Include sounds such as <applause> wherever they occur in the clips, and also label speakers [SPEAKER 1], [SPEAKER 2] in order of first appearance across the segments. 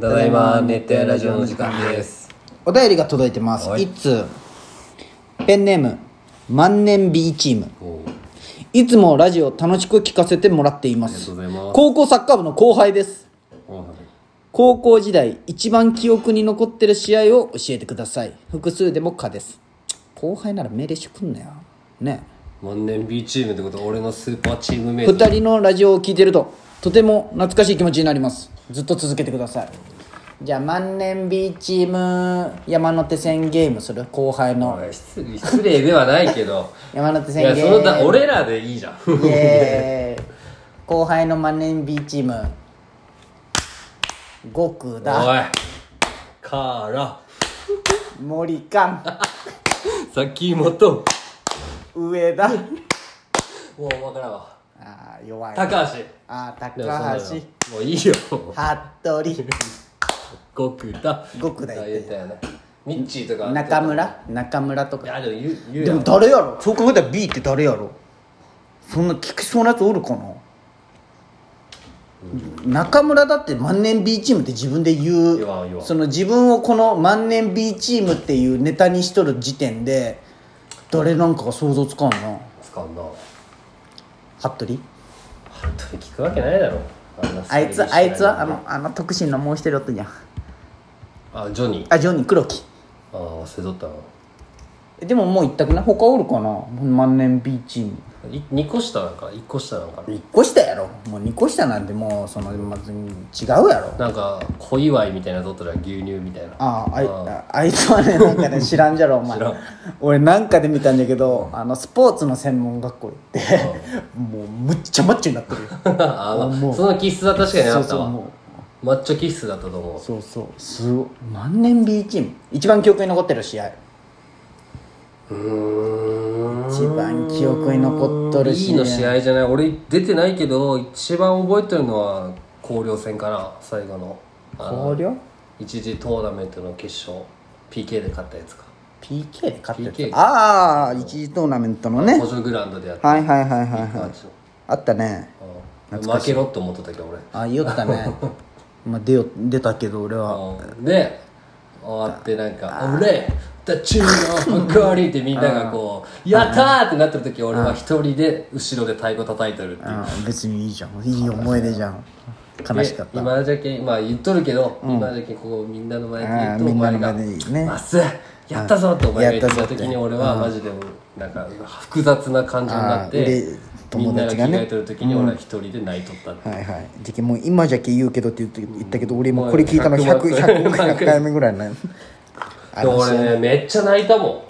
[SPEAKER 1] ただいま熱帯ラジオの時間です
[SPEAKER 2] お便りが届いてます
[SPEAKER 1] はい
[SPEAKER 2] 一通ペンネーム万年 B チーム
[SPEAKER 1] おう
[SPEAKER 2] いつもラジオ楽しく聞かせてもらっていま
[SPEAKER 1] ありが
[SPEAKER 2] す
[SPEAKER 1] とうございます
[SPEAKER 2] 高校サッカー部の後輩です
[SPEAKER 1] おう
[SPEAKER 2] 高校時代一番記憶に残ってる試合を教えてください複数でも可です後輩なら命令してくんなよね
[SPEAKER 1] 万年 B チームってことは俺のスーパーチームメイト
[SPEAKER 2] 2人のラジオを聞いてるととても懐かしい気持ちになりますずっと続けてくださいじゃあ万年 B チーム山手線ゲームする後輩の
[SPEAKER 1] おい失礼失礼ではないけど
[SPEAKER 2] 山手
[SPEAKER 1] い
[SPEAKER 2] 線ゲ
[SPEAKER 1] や
[SPEAKER 2] ーム
[SPEAKER 1] そのだ俺らでいいじゃん
[SPEAKER 2] <laughs> イエーイ後輩の万年 B チーム悟空だ
[SPEAKER 1] おいから
[SPEAKER 2] 森勘
[SPEAKER 1] 先元
[SPEAKER 2] 上田
[SPEAKER 1] もう分からんわ
[SPEAKER 2] あー弱いあ
[SPEAKER 1] 高橋
[SPEAKER 2] あー
[SPEAKER 1] でもそんなの
[SPEAKER 2] 高
[SPEAKER 1] もういいよ
[SPEAKER 2] 橋服
[SPEAKER 1] 極
[SPEAKER 2] 部
[SPEAKER 1] だ
[SPEAKER 2] 極だ
[SPEAKER 1] 言ったよねミッチーとか
[SPEAKER 2] 中村中村と
[SPEAKER 1] い
[SPEAKER 2] か
[SPEAKER 1] やでも言う言う
[SPEAKER 2] で
[SPEAKER 1] や
[SPEAKER 2] も
[SPEAKER 1] ん
[SPEAKER 2] 誰やろそう考えたら B って誰やろそんな聞きそうなやつおるかな中村だって万年 B チームって自分で言う
[SPEAKER 1] 言わん言わん
[SPEAKER 2] その自分をこの万年 B チームっていうネタにしとる時点で誰なんかが想像つかんな
[SPEAKER 1] 使うな
[SPEAKER 2] 服部
[SPEAKER 1] 本当に聞くわけないだろんなス
[SPEAKER 2] あ
[SPEAKER 1] タイ
[SPEAKER 2] い
[SPEAKER 1] リッシュ
[SPEAKER 2] つ
[SPEAKER 1] な
[SPEAKER 2] あいつはあのあの特進のもう一人おったじゃん
[SPEAKER 1] あジョニー
[SPEAKER 2] あジョニー黒木
[SPEAKER 1] ああ忘れとったな
[SPEAKER 2] えでももう一択ね他おるかな万年 B チーム
[SPEAKER 1] い二個下なんか1個下なんか
[SPEAKER 2] 1個下やろもう2個下なんてもうそのまず違うやろ
[SPEAKER 1] ななんか小祝いみたいなの取ったら牛乳みたいな
[SPEAKER 2] あああいああいつはねなんかね知らんじゃろお前
[SPEAKER 1] 知らん
[SPEAKER 2] 俺なんかで見たんだけどあのスポーツの専門学校行ってもうむっちゃマッチョになってるよ
[SPEAKER 1] <laughs> あまあ
[SPEAKER 2] もう
[SPEAKER 1] その気質は確かにあ
[SPEAKER 2] そう
[SPEAKER 1] った
[SPEAKER 2] そう
[SPEAKER 1] わ
[SPEAKER 2] も
[SPEAKER 1] マッチョ気質だったと思
[SPEAKER 2] う
[SPEAKER 1] う
[SPEAKER 2] そうそうすごい万年 B チーム一番記憶に残ってる試合
[SPEAKER 1] う
[SPEAKER 2] 一番記憶に残っとる
[SPEAKER 1] い
[SPEAKER 2] 試
[SPEAKER 1] い
[SPEAKER 2] 合
[SPEAKER 1] の試合じゃない俺出てないけど一番覚えてるのは広陵戦かな最後のあの
[SPEAKER 2] 広陵
[SPEAKER 1] 一次トーナメントの決勝 PK で勝ったやつか
[SPEAKER 2] PK で勝って
[SPEAKER 1] PK
[SPEAKER 2] るああ一次トーナメントのね
[SPEAKER 1] 補助グラウンドでやった
[SPEAKER 2] はいはいはいはいは
[SPEAKER 1] 感
[SPEAKER 2] い
[SPEAKER 1] じの
[SPEAKER 2] あったね
[SPEAKER 1] うん負けろって思ってたけど俺
[SPEAKER 2] あ言っ
[SPEAKER 1] <laughs>
[SPEAKER 2] たねまあ出よ出たけど俺は
[SPEAKER 1] うんで終わってなんか「俺たちの誇り」ってみんながこう「やったー!」ってなってる時俺は一人で後ろで太鼓叩いてるっていう
[SPEAKER 2] ああ別にいいじゃんいい思い出じゃん悲しかった
[SPEAKER 1] で今じゃけんまあ言っとるけど、今じゃけんこうみんなの前で言うと
[SPEAKER 2] あー
[SPEAKER 1] お前が
[SPEAKER 2] みんなの前で
[SPEAKER 1] 「
[SPEAKER 2] 言うね
[SPEAKER 1] まっすーやったぞ!」ってお前が言って
[SPEAKER 2] や
[SPEAKER 1] た
[SPEAKER 2] ったぞっ
[SPEAKER 1] 時
[SPEAKER 2] て
[SPEAKER 1] に俺はマジでもうなんか複雑な感情になっ
[SPEAKER 2] あー
[SPEAKER 1] て
[SPEAKER 2] うれ
[SPEAKER 1] みん
[SPEAKER 2] 友
[SPEAKER 1] なが
[SPEAKER 2] 達
[SPEAKER 1] 着
[SPEAKER 2] がね
[SPEAKER 1] 替えてる時に俺は一人で泣いとったって
[SPEAKER 2] はいはいじゃけもう今じゃけ言うけどって言って言ったけど俺もこれ聞いたの
[SPEAKER 1] もう
[SPEAKER 2] 100 100 100回目ぐらいねあ
[SPEAKER 1] で
[SPEAKER 2] の
[SPEAKER 1] 俺ねめっちゃ泣いたも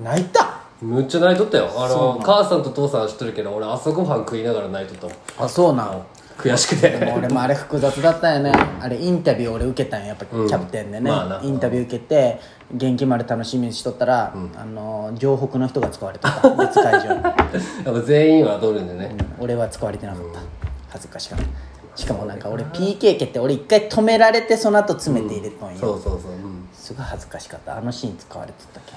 [SPEAKER 2] 泣いた
[SPEAKER 1] んむっちゃ泣いとったよあの母さんと父さんは知っとるけど俺朝ごはん食いながら泣いとったもん
[SPEAKER 2] あそうなん
[SPEAKER 1] 悔し
[SPEAKER 2] <laughs>
[SPEAKER 1] くて
[SPEAKER 2] 俺もあれ複雑だったよねあれインタビュー俺受けたんよやっぱキャプテンでね、
[SPEAKER 1] まあな
[SPEAKER 2] インタビュー受けて元気丸楽しみにしとったら、あの城北の人が使われてた別会場に
[SPEAKER 1] やっ
[SPEAKER 2] <laughs>
[SPEAKER 1] ぱ全員は踊るんでね、
[SPEAKER 2] 俺は使われてなかった恥ずかしかったしかもなんか俺 PK 蹴って俺一回止められてその後詰めて入れとんよ、
[SPEAKER 1] そうそうそう、うん、
[SPEAKER 2] すごい恥ずかしかったあのシーン使われてたっけ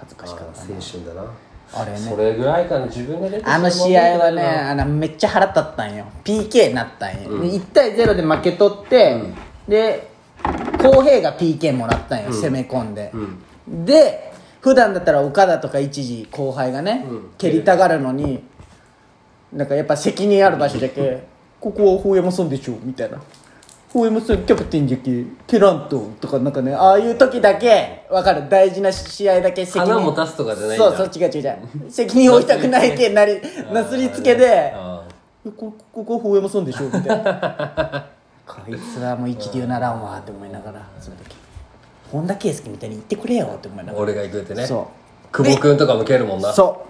[SPEAKER 2] 恥ずかしかった
[SPEAKER 1] 青春だな
[SPEAKER 2] あれね
[SPEAKER 1] それぐらいかな自分が出て
[SPEAKER 2] あの試合はねあのめっちゃ腹立ったんよ PK になったんよ、1対0で負けとって、で浩平が PK もらったんよ、攻め込んで、で普段だったら岡田とか一時後輩がね、蹴りたがるのになんかやっぱ責任ある場所だけ「ここは大山さんでしょ」みたいな「大山さんキャプテンじゃけ蹴らんと」とかなんかねああいう時だけ分かる大事な試合だけ責任
[SPEAKER 1] 花持たすとかじゃないんだ
[SPEAKER 2] そうそう違う違う違う責任を負いたくないけんなりなすりつけで
[SPEAKER 1] あ
[SPEAKER 2] 「えこここは大山さんでしょ」みたいなこいつはもう一流ならんわって思いながらその時本田圭佑みたいに言ってくれよって思いな
[SPEAKER 1] ー
[SPEAKER 2] がら
[SPEAKER 1] 俺が行くってね
[SPEAKER 2] そ
[SPEAKER 1] 久保君とかも蹴るもんな
[SPEAKER 2] そ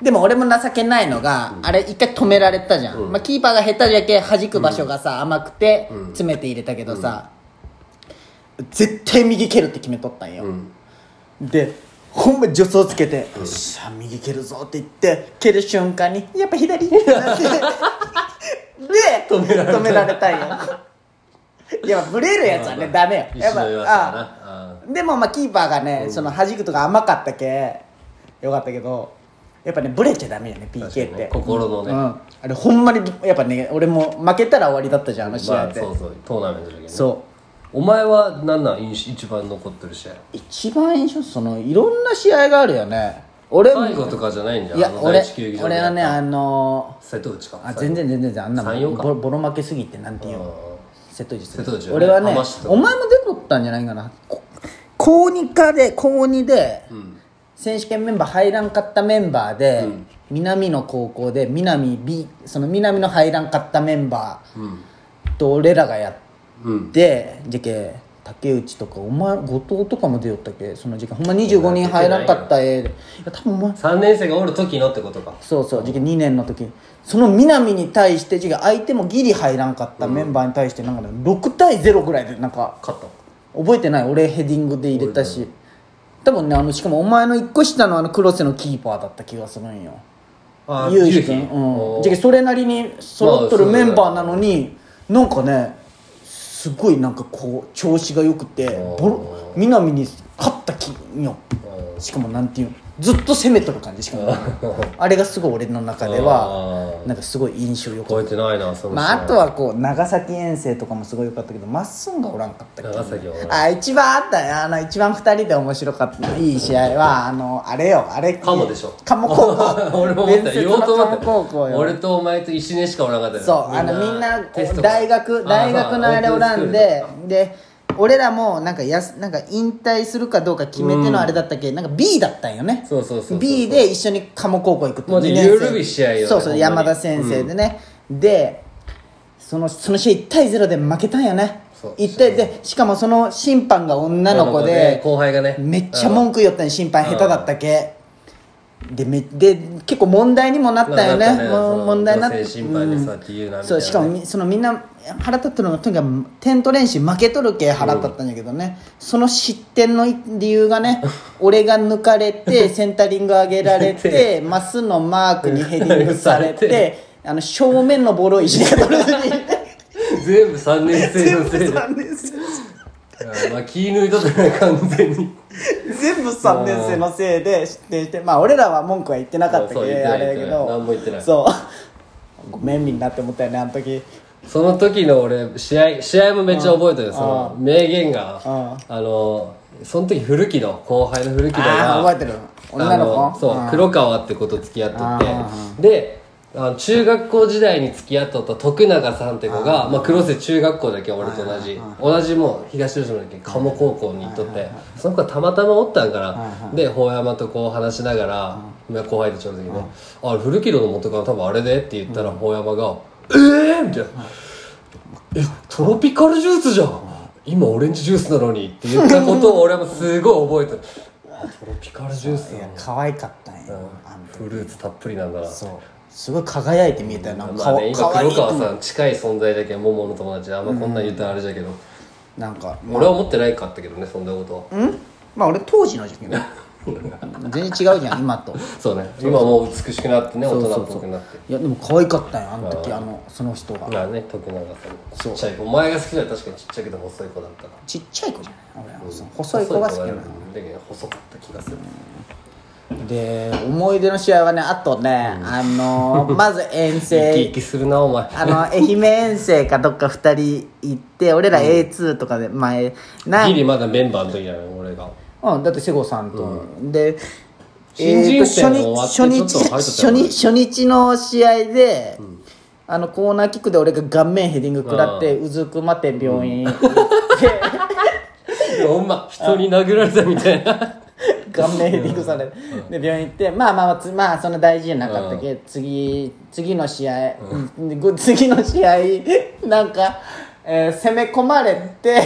[SPEAKER 2] でも俺も情けないのが、あれ一回止められたじゃん、まあ、キーパーが下手じゃけ弾く場所がさ、甘くて詰めて入れたけどさ、絶対右蹴るって決めとったんよ、でほんま助走つけて「よっしゃ右蹴るぞ」って言って蹴る瞬間に「やっぱ <laughs> 左」ってなってで止められたんよいやブレるやつはねダメよ
[SPEAKER 1] 一
[SPEAKER 2] やっぱ
[SPEAKER 1] 緒の弱さだな
[SPEAKER 2] あでもまあキーパーがね、その弾くとか甘かったけよかったけどやっぱねブレちゃダメよね PK って、
[SPEAKER 1] 確かにね心のね
[SPEAKER 2] うん、あれほんまにやっぱね俺も負けたら終わりだったじゃんあの試
[SPEAKER 1] ま
[SPEAKER 2] 合
[SPEAKER 1] あ
[SPEAKER 2] って、
[SPEAKER 1] そうそうトーナメントだけどね
[SPEAKER 2] そう
[SPEAKER 1] お前は何なん印象一番残ってる試合
[SPEAKER 2] 一番印象そのいろんな試合があるよね俺も
[SPEAKER 1] 最後とかじゃないんじゃん
[SPEAKER 2] いや
[SPEAKER 1] あの
[SPEAKER 2] 俺
[SPEAKER 1] 第一球技場で
[SPEAKER 2] 俺はねあの
[SPEAKER 1] 瀬戸内か
[SPEAKER 2] あ全然全然全然あんな
[SPEAKER 1] 三四か
[SPEAKER 2] ボロボロ負けすぎてなんていうの瀬戸内
[SPEAKER 1] 瀬戸内
[SPEAKER 2] 俺はね
[SPEAKER 1] 余してた
[SPEAKER 2] お前も出とったんじゃないかなこ高2かで高2で、選手権メンバー入らんかったメンバーで、南の高校で南 B その南の入らんかったメンバーと俺らがやって、じゃけ竹内とかお前後藤とかも出よったっけその時間ほんま25人入らんかったえでいや多分お前
[SPEAKER 1] 3年生がおる時のってことか
[SPEAKER 2] そうそう次期2年の時その南に対して次期相手もギリ入らんかったメンバーに対してなんか、ね、6対0ぐらいでなんか
[SPEAKER 1] 勝った
[SPEAKER 2] 覚えてない俺ヘディングで入れたし多分ねあのしかもお前の1個下のあの黒瀬のキーパーだった気がするんよ
[SPEAKER 1] あ
[SPEAKER 2] ゆう
[SPEAKER 1] ゆ
[SPEAKER 2] ひ
[SPEAKER 1] うひ
[SPEAKER 2] くんう
[SPEAKER 1] お
[SPEAKER 2] ん
[SPEAKER 1] ー
[SPEAKER 2] じゃけそれなりに揃っとるメンバーなのになんかねすごいなんかこう調子が良くてボロ南に勝った気よしかもなんていうのずっと攻めとる感じしかもあれがすごい俺の中では
[SPEAKER 1] あー
[SPEAKER 2] なんかすごい印象良か
[SPEAKER 1] 覚
[SPEAKER 2] っ
[SPEAKER 1] えてないなそ
[SPEAKER 2] た
[SPEAKER 1] の試合
[SPEAKER 2] まああとはこう長崎遠征とかもすごい良かったけどまっすんがおらんかったっけ
[SPEAKER 1] 長崎は
[SPEAKER 2] あ一番あったねあの一番二人で面白かったいい試合はあのあれよあれ
[SPEAKER 1] カモでしょ
[SPEAKER 2] カモ高校
[SPEAKER 1] <laughs> <laughs> 俺も思った
[SPEAKER 2] 伝
[SPEAKER 1] 言お
[SPEAKER 2] 説
[SPEAKER 1] うと思
[SPEAKER 2] のカ
[SPEAKER 1] っ
[SPEAKER 2] モ
[SPEAKER 1] た
[SPEAKER 2] 高校よ
[SPEAKER 1] 俺とお前と石根しかおらんかったよ
[SPEAKER 2] そうあのみんな
[SPEAKER 1] テスト
[SPEAKER 2] 大学大学のあれを選んで
[SPEAKER 1] あー
[SPEAKER 2] で俺らもなんかやすなんか引退するかどうか決めてのあれだったっけ、なんか B だったんよね
[SPEAKER 1] そうそうそうそう
[SPEAKER 2] B で一緒に鴨高校行くと
[SPEAKER 1] もうね
[SPEAKER 2] 二年生
[SPEAKER 1] 緩い試合よね
[SPEAKER 2] そう
[SPEAKER 1] ほ
[SPEAKER 2] そ
[SPEAKER 1] ん
[SPEAKER 2] う
[SPEAKER 1] まに
[SPEAKER 2] 山田先生でね、でそのその試合1対0で負けたんよね
[SPEAKER 1] そう
[SPEAKER 2] 1対でしかもその審判が女の子で
[SPEAKER 1] 後輩がね
[SPEAKER 2] めっちゃ文句言ったんよ審判下手だったけ、でめで結構問題にもなったよね,、
[SPEAKER 1] まあなったね
[SPEAKER 2] も
[SPEAKER 1] そうの
[SPEAKER 2] 問題になっ
[SPEAKER 1] 女性審判でさって言うなみたいなね
[SPEAKER 2] そうしかもみそのみんな腹立ったのがとにかく点取れんし負けとるけ腹立ったんだけどね、その失点の理由がね <laughs> 俺が抜かれてセンタリング上げられ
[SPEAKER 1] <laughs>
[SPEAKER 2] てマスのマークにヘディングされ
[SPEAKER 1] され
[SPEAKER 2] てあの正面のボロい石が取れずに
[SPEAKER 1] <laughs> 全部3年生のせいで
[SPEAKER 2] 3年生
[SPEAKER 1] うんまあ気抜いとったな完全に
[SPEAKER 2] 全部3年生のせいで失点してまあ俺らは文句は言ってなかったけど
[SPEAKER 1] そう
[SPEAKER 2] あ
[SPEAKER 1] 言ってない
[SPEAKER 2] れだけど
[SPEAKER 1] 言ってない何も言ってない
[SPEAKER 2] そう <laughs> ごめんみんなって思ったよねあの時
[SPEAKER 1] その時の俺試合試合もめっちゃ覚えてるよその名言が
[SPEAKER 2] あ
[SPEAKER 1] あのその時古木の後輩の古木の
[SPEAKER 2] ああ
[SPEAKER 1] が
[SPEAKER 2] 覚えてる女
[SPEAKER 1] あ
[SPEAKER 2] の
[SPEAKER 1] の
[SPEAKER 2] 子
[SPEAKER 1] そう黒川ってこと付き合っとってであの中学校時代に付き合っとった徳永さんって子がまあ、黒瀬中学校だけ俺と同じ同じもう東吉野だけ鴨高校に行っとってその子がたまたまおったんからで法山とこう話しながらまあ後輩とちょうど時ね「あ古木戸の元カノ多分あれで」って言ったら法山が「ええ!」みたいな「えトロピカルジュースじゃん今オレンジジュースなのに」って言ったことを俺もすごい覚えてる。あトロピカルジュース
[SPEAKER 2] い
[SPEAKER 1] だ
[SPEAKER 2] や可愛かったんよあの
[SPEAKER 1] フルーツたっぷりなんだな
[SPEAKER 2] そうすごい輝いて見えたよなん
[SPEAKER 1] まあ
[SPEAKER 2] かかわ
[SPEAKER 1] ね
[SPEAKER 2] か
[SPEAKER 1] 今
[SPEAKER 2] わい
[SPEAKER 1] 黒
[SPEAKER 2] いと思
[SPEAKER 1] 川
[SPEAKER 2] う
[SPEAKER 1] さん近い存在だけど桃の友達であんまこんなん言ったらあれじゃけど、
[SPEAKER 2] なんか
[SPEAKER 1] 俺は思ってないかったけどねそんなことは
[SPEAKER 2] うんまあ俺当時の時期
[SPEAKER 1] <laughs>
[SPEAKER 2] ね全然違うじゃん今と
[SPEAKER 1] そうね今もう美しくなってね大
[SPEAKER 2] そうそ
[SPEAKER 1] 人
[SPEAKER 2] う
[SPEAKER 1] っ
[SPEAKER 2] そ
[SPEAKER 1] ぽ
[SPEAKER 2] う
[SPEAKER 1] くなって
[SPEAKER 2] いやでも可愛かったんよあの時あのその人が
[SPEAKER 1] まあね徳永さん
[SPEAKER 2] そう
[SPEAKER 1] ちっちゃい子お前が好きだよ確かにちっちゃいけど細い子だったから
[SPEAKER 2] ちっちゃい子じゃない俺その細い子が好きな
[SPEAKER 1] だ
[SPEAKER 2] の
[SPEAKER 1] けど細かった気がする
[SPEAKER 2] で思い出の試合はねあとね、あの
[SPEAKER 1] <laughs>
[SPEAKER 2] ーまず遠
[SPEAKER 1] 生き
[SPEAKER 2] 征
[SPEAKER 1] 生きするなお前
[SPEAKER 2] あの愛媛遠征かどっか2人行って俺ら A2 とかで前な
[SPEAKER 1] ギ
[SPEAKER 2] ん、
[SPEAKER 1] リまだメンバーの時だよね俺が
[SPEAKER 2] うん、だって瀬郷さんと、で
[SPEAKER 1] 新人生
[SPEAKER 2] え
[SPEAKER 1] も
[SPEAKER 2] ーと
[SPEAKER 1] 終わ
[SPEAKER 2] 初
[SPEAKER 1] って
[SPEAKER 2] 日
[SPEAKER 1] ちょっと入っとった
[SPEAKER 2] 初
[SPEAKER 1] よね
[SPEAKER 2] 日初日の試合で、あのコーナーキックで俺が顔面ヘディング食らってうずくまって病院行って、
[SPEAKER 1] いやほんま人に殴られたみたいな
[SPEAKER 2] 顔面ヘディングされて、で病院行ってまあまあまあつまあそんな大事じゃなかったけど、次次の試合、でぐ <laughs> 次の試合なんか、えー攻め込まれて、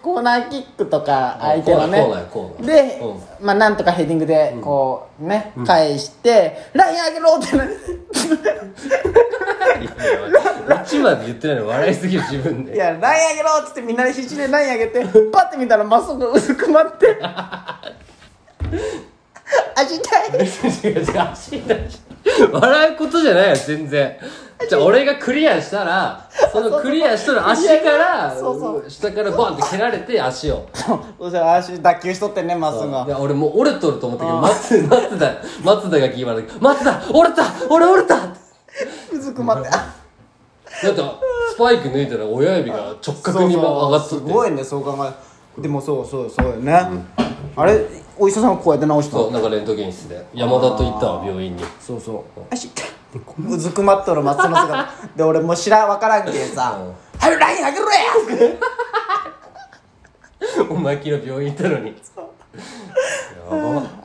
[SPEAKER 2] コーナーキックとか相手のね、
[SPEAKER 1] コーナーコーナー
[SPEAKER 2] で、
[SPEAKER 1] コーナー
[SPEAKER 2] まあなんとかヘディングでこうね、返して、ライン上げろってな
[SPEAKER 1] いやうちまで言ってないの笑いすぎる自分
[SPEAKER 2] い
[SPEAKER 1] で
[SPEAKER 2] やライン上げろっつってみんなで必死でライン上げてパッて見たらまっすぐ薄くまって
[SPEAKER 1] <laughs>
[SPEAKER 2] 足痛い
[SPEAKER 1] <laughs> 違う違う足痛いし笑うことじゃないよ全然じゃあ俺がクリアしたらそのクリアしとる足から
[SPEAKER 2] そうそ
[SPEAKER 1] 下からバンって蹴られて足を
[SPEAKER 2] そしたら足脱臼しとってねまっすぐが
[SPEAKER 1] いや俺もう折れとると思ったけど松松田松田が決まる松田折れた俺折れたって
[SPEAKER 2] うずくまって、あ
[SPEAKER 1] だってスパイク脱いだら親指が直角に上がっと
[SPEAKER 2] そ
[SPEAKER 1] っ
[SPEAKER 2] うそう
[SPEAKER 1] て
[SPEAKER 2] すごいねそう考えでもそうそうそうよね、あれお医者さんがこうやって直した
[SPEAKER 1] そ
[SPEAKER 2] の
[SPEAKER 1] うなんかレントゲン室で山田と行ったわ病院に
[SPEAKER 2] そうそうあし <laughs> うずくまっとる松野姿で俺もう知らんわからんけんさ「早くライン上げろや!」
[SPEAKER 1] <laughs> お前昨日病院行ったのに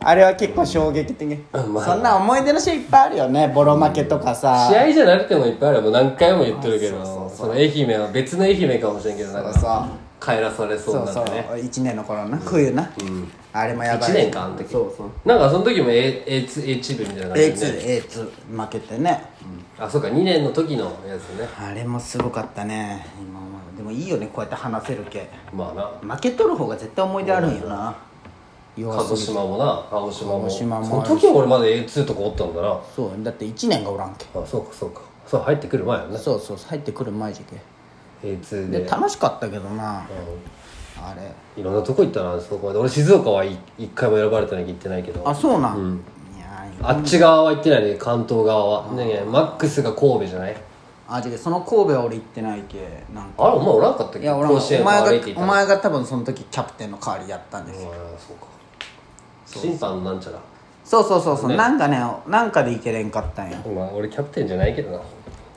[SPEAKER 2] あれは結構衝撃的、
[SPEAKER 1] まあ
[SPEAKER 2] そんな思い出のシーンいっぱいあるよねボロ負けとかさ
[SPEAKER 1] 試合じゃなくてもいっぱいあるもう何回も言ってるけどその愛媛は別の愛媛かもしれんけどなん
[SPEAKER 2] そう
[SPEAKER 1] か
[SPEAKER 2] さ
[SPEAKER 1] 帰らされそうな
[SPEAKER 2] そうんそう
[SPEAKER 1] でね
[SPEAKER 2] 1年の頃な冬な、あれもやばい
[SPEAKER 1] 1年かあの時
[SPEAKER 2] そうそう
[SPEAKER 1] なんかその時も A- A2 A チームみたいな感じでね
[SPEAKER 2] A2A2 負けてね、
[SPEAKER 1] あそうか2年の時のやつね
[SPEAKER 2] あれもすごかったね今思うでもいいよねこうやって話せるけ
[SPEAKER 1] まあな
[SPEAKER 2] 負けとる方が絶対思い出あるんよな
[SPEAKER 1] 鹿児島もな鹿児島も
[SPEAKER 2] 鹿児島も
[SPEAKER 1] その時は俺まだ A2 とかおったんだな
[SPEAKER 2] そうだって1年がおらんけ
[SPEAKER 1] あそうかそうかそう入ってくる前やね
[SPEAKER 2] そうそう入ってくる前じゃけ
[SPEAKER 1] A2
[SPEAKER 2] で
[SPEAKER 1] で
[SPEAKER 2] 楽しかったけどなあれ
[SPEAKER 1] いろんなとこ行ったなそこまで俺静岡は一一回も選ばれたなきゃ行ってないけど
[SPEAKER 2] あそうなん、いやー
[SPEAKER 1] あっち側は行ってないね関東側はねえマックスが神戸じゃない
[SPEAKER 2] あじゃけその神戸は俺行ってないけなんか
[SPEAKER 1] あれお前おらんかったっけ
[SPEAKER 2] いや俺も
[SPEAKER 1] 甲子園
[SPEAKER 2] お
[SPEAKER 1] を歩
[SPEAKER 2] 前
[SPEAKER 1] いていた
[SPEAKER 2] がお
[SPEAKER 1] のあ
[SPEAKER 2] 前が多分その時キャプテンの代わりやったんですよ
[SPEAKER 1] あそうか審判なんちゃら
[SPEAKER 2] そうそうそうそう、なんかねなんかでいけれんかったんや
[SPEAKER 1] お前俺キャプテンじゃないけどな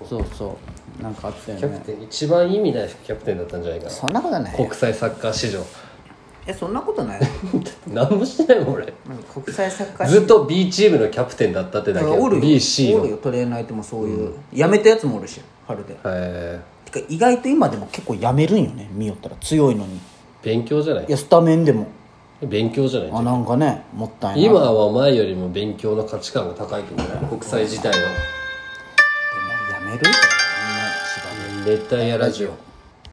[SPEAKER 2] そうそうなんかあったよ
[SPEAKER 1] キャ
[SPEAKER 2] ね
[SPEAKER 1] プテン一番意味ないキャプテンだったんじゃないかな
[SPEAKER 2] そんなことないよ
[SPEAKER 1] 国際サッカー史上 <laughs>
[SPEAKER 2] えそんなことない
[SPEAKER 1] 何もしてないもん俺
[SPEAKER 2] なんか国際サッカー
[SPEAKER 1] ずっと B チームのキャプテンだったってだけ
[SPEAKER 2] だからおるよ
[SPEAKER 1] BC
[SPEAKER 2] おる
[SPEAKER 1] の
[SPEAKER 2] よトレーナーいてもそういう、やめたやつもおるし春で
[SPEAKER 1] え
[SPEAKER 2] てか意外と今でも結構やめるんよね見よったら強いのに
[SPEAKER 1] ー
[SPEAKER 2] い
[SPEAKER 1] 勉強じゃない
[SPEAKER 2] やスタメンでも
[SPEAKER 1] 勉強じゃない
[SPEAKER 2] あなんかねもったいない
[SPEAKER 1] 今は前よりも勉強の価値観が高いけどね国際自体の
[SPEAKER 2] でもやめる
[SPEAKER 1] 熱帯夜ラジオ